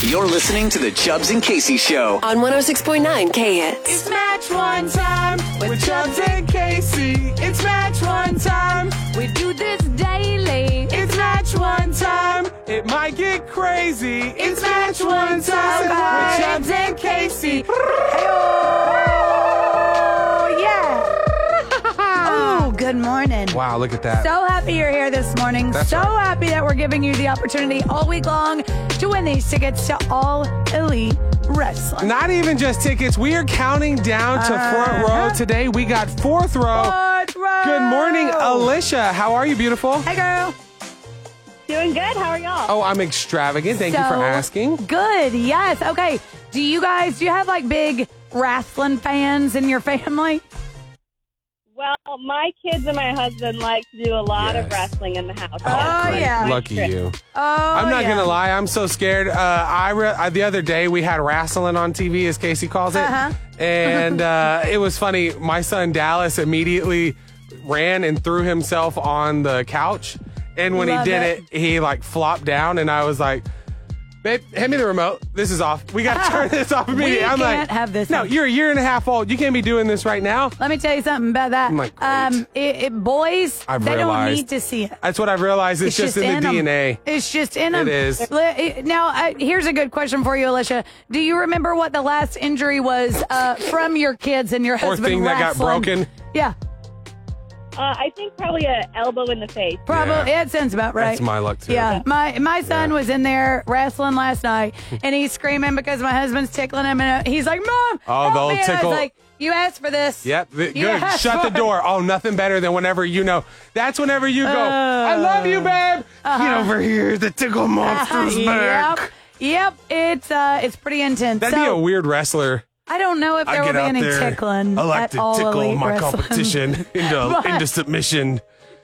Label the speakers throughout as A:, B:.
A: You're listening to the Chubbs and Casey Show.
B: on 106.9 K Hits.
C: It's match one time with Chubbs and Casey. It's match one time.
D: We do this daily.
C: It's match one time. It might get crazy. It's match one time with Chubbs and Casey.
E: Oh, yeah. oh, good morning.
F: Wow, look at that.
E: So happy you're here this morning.
F: That's
E: so
F: right.
E: happy that we're giving you the opportunity all week long to win these tickets to All Elite Wrestling.
F: Not even just tickets. We are counting down to
C: Uh-huh.
F: front row today. We got fourth row.
E: Fourth row.
F: Good morning, Alicia. How are you, beautiful?
E: Hey, girl.
G: Doing good. How are y'all?
F: Oh, I'm extravagant. Thank you for
E: So
F: asking.
E: Good. Yes. Okay. Do you guys, do you have like big wrestling fans in your family?
G: Well, my kids and my husband like to do a lot of
F: Yes.
G: wrestling in the house.
E: Oh,
F: Great.
E: yeah.
F: Lucky you.
E: Oh,
F: I'm not
E: yeah.
F: gonna lie. I'm so scared. Uh, I re- uh, the other day we had wrestling on TV, as Casey calls it,
E: Uh-huh.
F: and uh, it was funny. My son Dallas immediately ran and threw himself on the couch, and when
E: Love
F: he did
E: it.
F: it. he like flopped down, and I was like. Babe, hand me the remote. This is off. We got to turn this off immediately. I'm like,
E: can't have this
F: No,
E: on.
F: you're a year and a half old. You can't be doing this right now.
E: Let me tell you something about that.
F: I'm like, great.
E: um, it, it, boys,
F: I've
E: they don't
F: realized.
E: need to see it.
F: That's what I've realized. It's, just, in, the
E: 'em.
F: DNA.
E: It's just in them.
F: It is.
E: Now, uh, here's a good question for you, Alicia. Do you remember what the last injury was uh, from your kids and your
F: Or
E: husband?
F: thing that got broken?
E: wrestling? Yeah,
G: Uh, I think probably a elbow in the face.
E: probably.
F: Yeah.
E: It sounds about right.
F: That's my luck, too.
E: Yeah, my my son
F: Yeah.
E: was in there wrestling last night, and he's screaming because my husband's tickling him, and uh, he's like, "Mom,
F: Oh,
E: help
F: the old
E: me." And I
F: tickle.
E: was like, "You asked for this."
F: Yep. th-
E: You
F: good.
E: asked
F: Shut the
E: for it."
F: door. Oh, nothing better than whenever you know. That's whenever you go,
E: Oh.
F: I love you, babe. Get over here. The tickle monster's back.
E: Uh-huh. Yep. Yep, it's uh, it's pretty intense.
F: That'd
E: So-
F: be a weird wrestler.
E: I don't know if
F: I
E: there will
F: get
E: be
F: out
E: any
F: there.
E: tickling
F: I like
E: at
F: to
E: all
F: tickle
E: elite
F: my
E: wrestling.
F: competition into,
E: But-
F: into submission.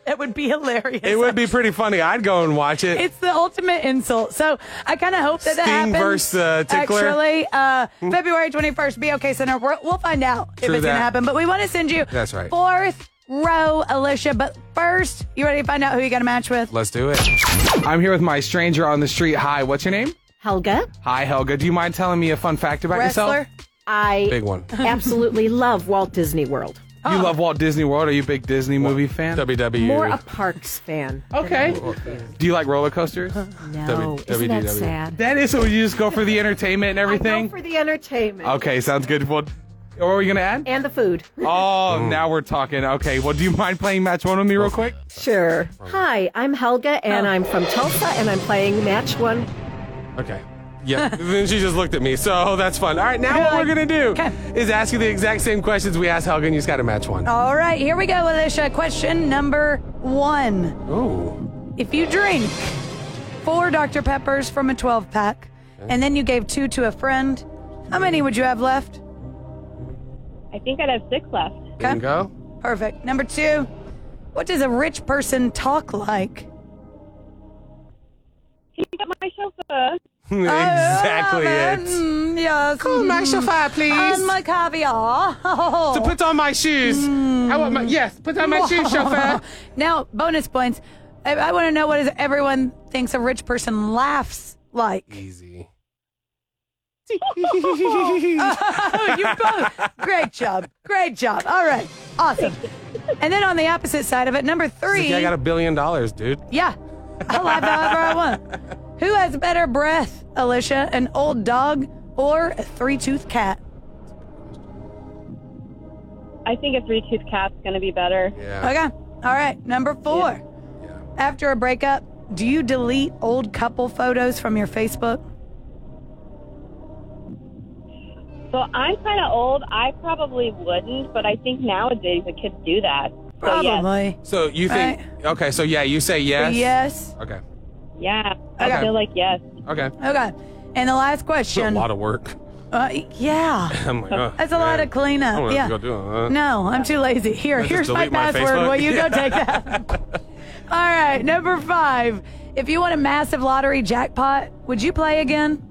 E: That would be hilarious.
F: It would be pretty funny. I'd go and watch it.
E: It's the ultimate insult. So I kind of hope that that
F: Sting
E: happens.
F: versus, uh, tickler. Mm-hmm.
E: Actually, uh, February 21st, BOK Center. We're, we'll find out
F: True
E: if it's going to
F: that.
E: happen. But we want to send you
F: That's right.
E: fourth row, Alicia. But first, you ready to find out who you got to match with?
F: Let's do it. I'm here with my stranger on the street. Hi, what's your name?
H: Helga.
F: Hi, Helga. Do you mind telling me a fun fact about
E: Wrestler?
F: yourself?
H: I
F: Big one.
H: absolutely love Walt Disney World.
E: Oh.
F: You love Walt Disney World. Are you a big Disney movie fan? WW.
H: More a parks fan.
F: Okay. Do you like roller coasters?
H: No, Oh, isn't that sad?
F: That is so you just go for the entertainment and
H: I go
F: everything.
H: for the entertainment
F: okay, sounds good. Well, what were we gonna add?
H: and the food.
F: Oh, now we're talking. Okay, well, do you mind playing match one with me real quick?
H: Sure. Hi, I'm Helga, and I'm from Tulsa, and I'm playing match one.
F: Okay. Yeah. then she just looked at me, so that's fun. All right, now what we're gonna do
E: Okay.
F: is ask you the exact same questions we asked Helga, and you just gotta match one.
H: Oh.
E: All right, here we go, Alicia. Question number one.
F: Ooh.
E: If you drink four Dr. Peppers from a 12 pack and then you gave two to a friend, how many would you have left?
G: I think I'd have six left.
F: There you go.
E: Perfect. Number two, what does a rich person talk like?
G: Can you get my chauffeur?
F: exactly it. Oh,
E: Mm, yes. Cool, my
F: chauffeur, please.
H: Oh,
E: And my caviar.
F: to put on my shoes.
H: Mm.
F: I want my yes. Put on my shoes, chauffeur.
E: now, bonus points. I, I want to know what is everyone thinks a rich person laughs like.
F: Easy.
E: Oh, you both. Great job. Great job. All right. Awesome. And then on the opposite side of it, number three.
F: Yeah, I got a billion dollars, dude.
E: Yeah. I'll laugh however I want. Who has better breath, Alicia? An old dog or a three tooth cat?
G: I think a three tooth cat's going to be better.
F: Yeah.
E: Okay. All right. Number four. After a breakup, do you delete old couple photos from your Facebook?
G: So I'm kind of old. I probably wouldn't, but I think nowadays the kids do that. So Oh, yes.
E: Probably.
F: So you think? Okay, so yeah, you say yes.
E: Yes.
F: Okay.
G: Yeah.
E: Okay.
G: I feel like yes.
F: Okay.
E: Okay. And the last
F: A
E: question.
F: lot of work.
E: uh, yeah.
F: I'm like, oh,
E: That's a lot
F: man.
E: of cleanup.
F: I don't know if
E: yeah.
F: you go do it, huh?
E: No, I'm too lazy. Here,
F: Just
E: here's my
F: delete my
E: password.
F: Facebook?
E: Will you
F: Yeah.
E: go take that? All right, number five. If you want a massive lottery jackpot, would you play again?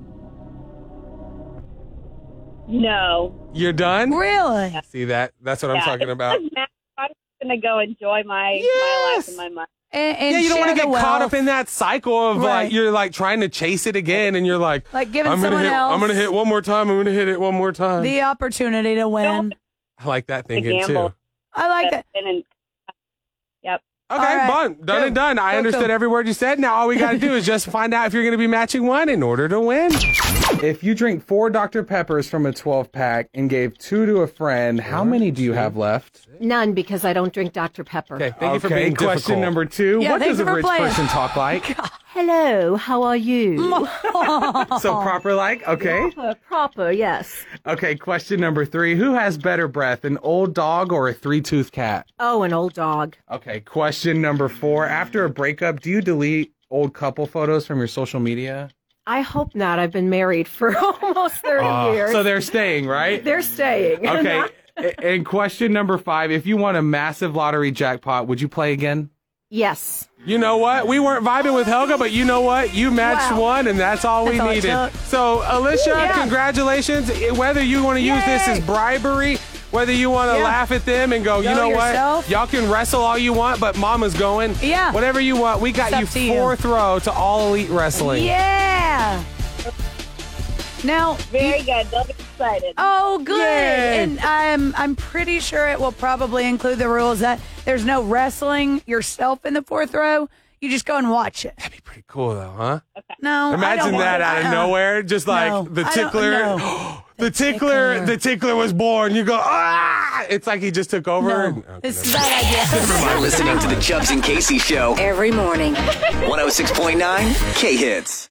G: No.
F: You're done.
E: Really?
F: See that? That's what I'm
G: Yeah.
F: talking
G: It
F: about.
G: doesn't matter. I'm just going to go enjoy my, my life
F: Yes.
G: and my money.
E: and, and
F: yeah, you don't
E: want to
F: get caught up in that cycle of
E: Right.
F: like you're like trying to chase it again, and you're like,
E: Like giving
F: I'm gonna
E: someone
F: hit, I'm
E: else-
F: gonna hit one more time. I'm gonna hit it one more time.
E: the opportunity to win.
F: I like that
G: The
F: thinking too.
G: gamble.
F: Okay,
E: I like that.
G: And, and yep.
E: right.
F: fun. done
E: Cool.
F: and done. I
E: Cool,
F: understood
E: cool.
F: every word you said. Now all we got to do is just find out if you're gonna be matching one in order to win.
I: If you drink four Dr. Peppers from a 12 pack and gave two to a friend, how many do you have left?
H: None because I don't drink Dr. Pepper.
F: Okay, thank you for
I: Okay,
F: being
I: question
F: difficult.
I: number two.
E: Yeah,
I: what
E: thank
I: does
E: you
I: a
E: for
I: rich
E: playing.
I: person talk like?
H: Hello, how are you?
I: so
E: Oh.
I: proper like? Okay.
H: proper, proper, yes.
I: Okay, question number three. Who has better breath, an old dog or a three tooth cat?
H: Oh, an old dog.
I: Okay, question number four. After a breakup, do you delete old couple photos from your social media?
H: I hope not. I've been married for almost 30
F: Ah.
H: years.
I: So they're staying, right?
H: they're staying.
I: Okay. a- and question number five. If you won a massive lottery jackpot, would you play again?
H: yes.
F: You know what? We weren't vibing with Helga, but you know what? You matched
E: Wow.
F: one, and that's all we
E: That's all it
F: needed.
E: took.
F: so, Alicia,
E: Yeah.
F: congratulations. I- Whether you want to use this as
E: Yay.
F: bribery, whether you want to
E: Yeah.
F: laugh at them and go,
E: Go
F: you know
E: yourself.
F: what? Y'all can wrestle all you want, but Mama's going.
E: Yeah.
F: Whatever you want, we got
E: It's up
F: you
E: to you.
F: fourth row to all elite wrestling.
E: Yeah. Now,
G: Very good. They'll be excited.
E: oh, good.
F: Yay.
E: And I'm I'm pretty sure it will probably include the rules that there's no wrestling yourself in the fourth row. You just go and watch it.
F: That'd be pretty cool, though, huh?
E: No, I don't
F: Imagine
E: want
F: that
E: it.
F: out of
E: Uh-uh.
F: nowhere. Just like
E: No,
F: the
E: I don't-
F: tickler.
E: no.
F: The tickler, the tickler was born. You go, ah! It's like he just took over.
E: No,
F: and- Okay,
E: this
F: never
E: is a bad idea.
A: You're listening to the Chubbs and Casey Show.
B: Every morning.
A: 106.9 K Hits.